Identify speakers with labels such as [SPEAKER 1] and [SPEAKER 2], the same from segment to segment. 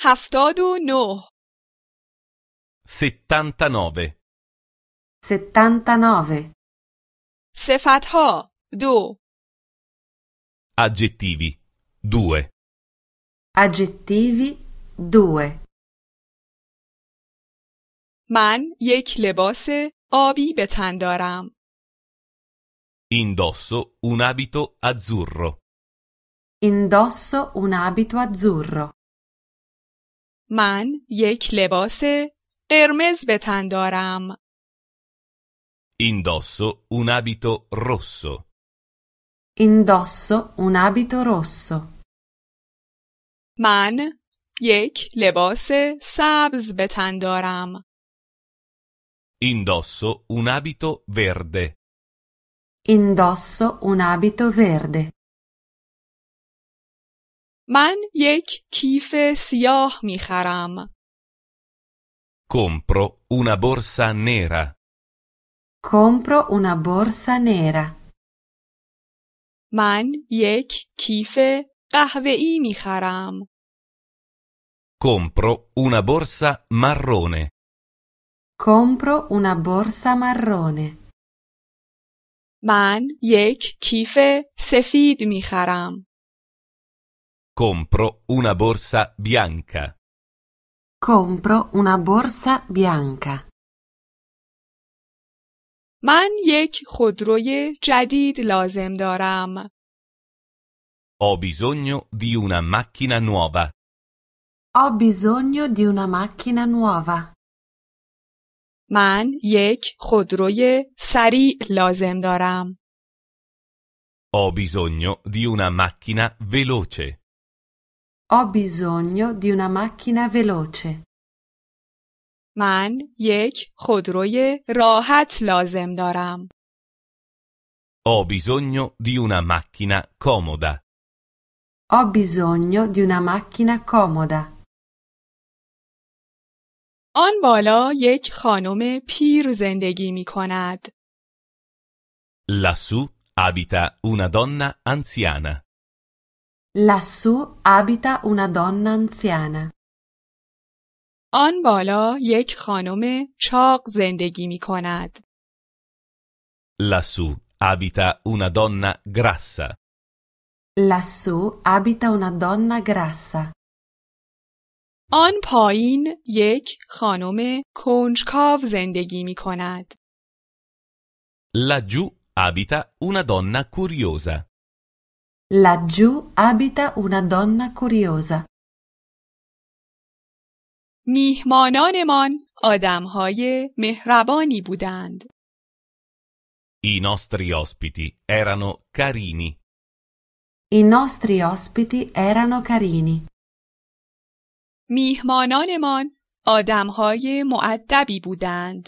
[SPEAKER 1] هفتاد و نه
[SPEAKER 2] 79.
[SPEAKER 3] 79.
[SPEAKER 1] صفتها دو
[SPEAKER 2] Aggettivi. 2.
[SPEAKER 3] Aggettivi 2.
[SPEAKER 1] من یک لباس آبی به تن دارم
[SPEAKER 2] Indosso un abito azzurro.
[SPEAKER 3] Indosso un abito azzurro.
[SPEAKER 1] من یک لباس قرمز به تن دارم
[SPEAKER 2] Indosso un abito rosso.
[SPEAKER 3] Indosso un abito rosso.
[SPEAKER 1] من یک لباس سبز به تن دارم
[SPEAKER 2] Indosso un abito verde.
[SPEAKER 3] Indosso un abito verde.
[SPEAKER 1] من یک کیف سیاه میخرم
[SPEAKER 2] Compro una borsa nera.
[SPEAKER 3] Compro una borsa nera.
[SPEAKER 1] من یک کیف قهوه‌ای میخرم
[SPEAKER 2] Compro una borsa marrone.
[SPEAKER 3] Compro una borsa marrone.
[SPEAKER 1] من یک کیف سفید میخرم
[SPEAKER 2] Compro una borsa bianca.
[SPEAKER 3] Compro una borsa bianca.
[SPEAKER 1] من یک خودروی جدید لازم دارم
[SPEAKER 2] Ho bisogno di una macchina nuova.
[SPEAKER 3] Ho bisogno di una macchina nuova.
[SPEAKER 1] من یک خودروی سریع لازم دارم
[SPEAKER 2] Ho bisogno di una macchina veloce.
[SPEAKER 3] Ho bisogno di una macchina veloce.
[SPEAKER 1] من یک خودروی راحت لازم دارم
[SPEAKER 2] Ho bisogno di una macchina comoda.
[SPEAKER 3] Ho bisogno di una macchina comoda.
[SPEAKER 1] آن بالا یک خانم پیر زندگی می کند.
[SPEAKER 2] Lassù abita una donna anziana.
[SPEAKER 3] Lassù abita una donna anziana.
[SPEAKER 1] آن بالا یک خانم چاق زندگی می کند.
[SPEAKER 2] Lassù abita una donna grassa.
[SPEAKER 3] Lassù abita una donna grassa.
[SPEAKER 1] آن پایین یک خانم کنجکاو زندگی می کند.
[SPEAKER 2] Laggiù abita una donna curiosa.
[SPEAKER 3] Laggiù abita una donna curiosa.
[SPEAKER 1] میهمانانمان آدمهای مهربانی بودند.
[SPEAKER 2] I nostri ospiti erano carini.
[SPEAKER 3] I nostri ospiti erano carini.
[SPEAKER 1] میهمانانمان آدمهای معدبی بودند.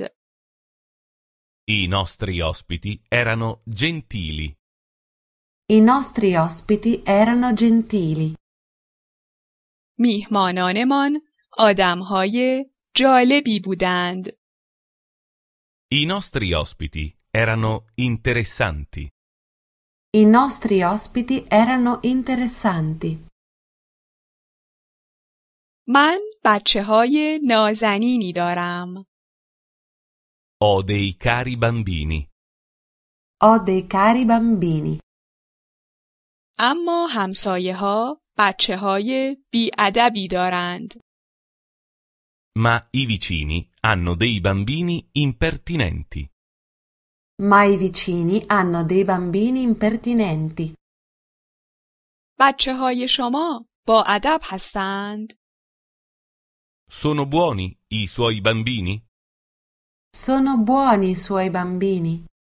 [SPEAKER 2] I nostri ospiti erano gentili.
[SPEAKER 3] I nostri ospiti erano gentili.
[SPEAKER 1] میهمانانمان آدمهای جالبی بودند.
[SPEAKER 2] I nostri ospiti erano interessanti.
[SPEAKER 3] I nostri ospiti erano interessanti.
[SPEAKER 1] من بچه های نازنینی دارم.
[SPEAKER 2] Ho dei cari bambini,
[SPEAKER 3] Ho dei cari bambini,
[SPEAKER 1] اما همسایه ها بچه های بیادبی دارند.
[SPEAKER 2] ma i vicini hanno dei bambini impertinenti.
[SPEAKER 3] ma i vicini hanno dei bambini impertinenti.
[SPEAKER 1] بچه های شما با ادب هستند.
[SPEAKER 2] Sono buoni i suoi bambini?
[SPEAKER 3] Sono buoni i suoi bambini?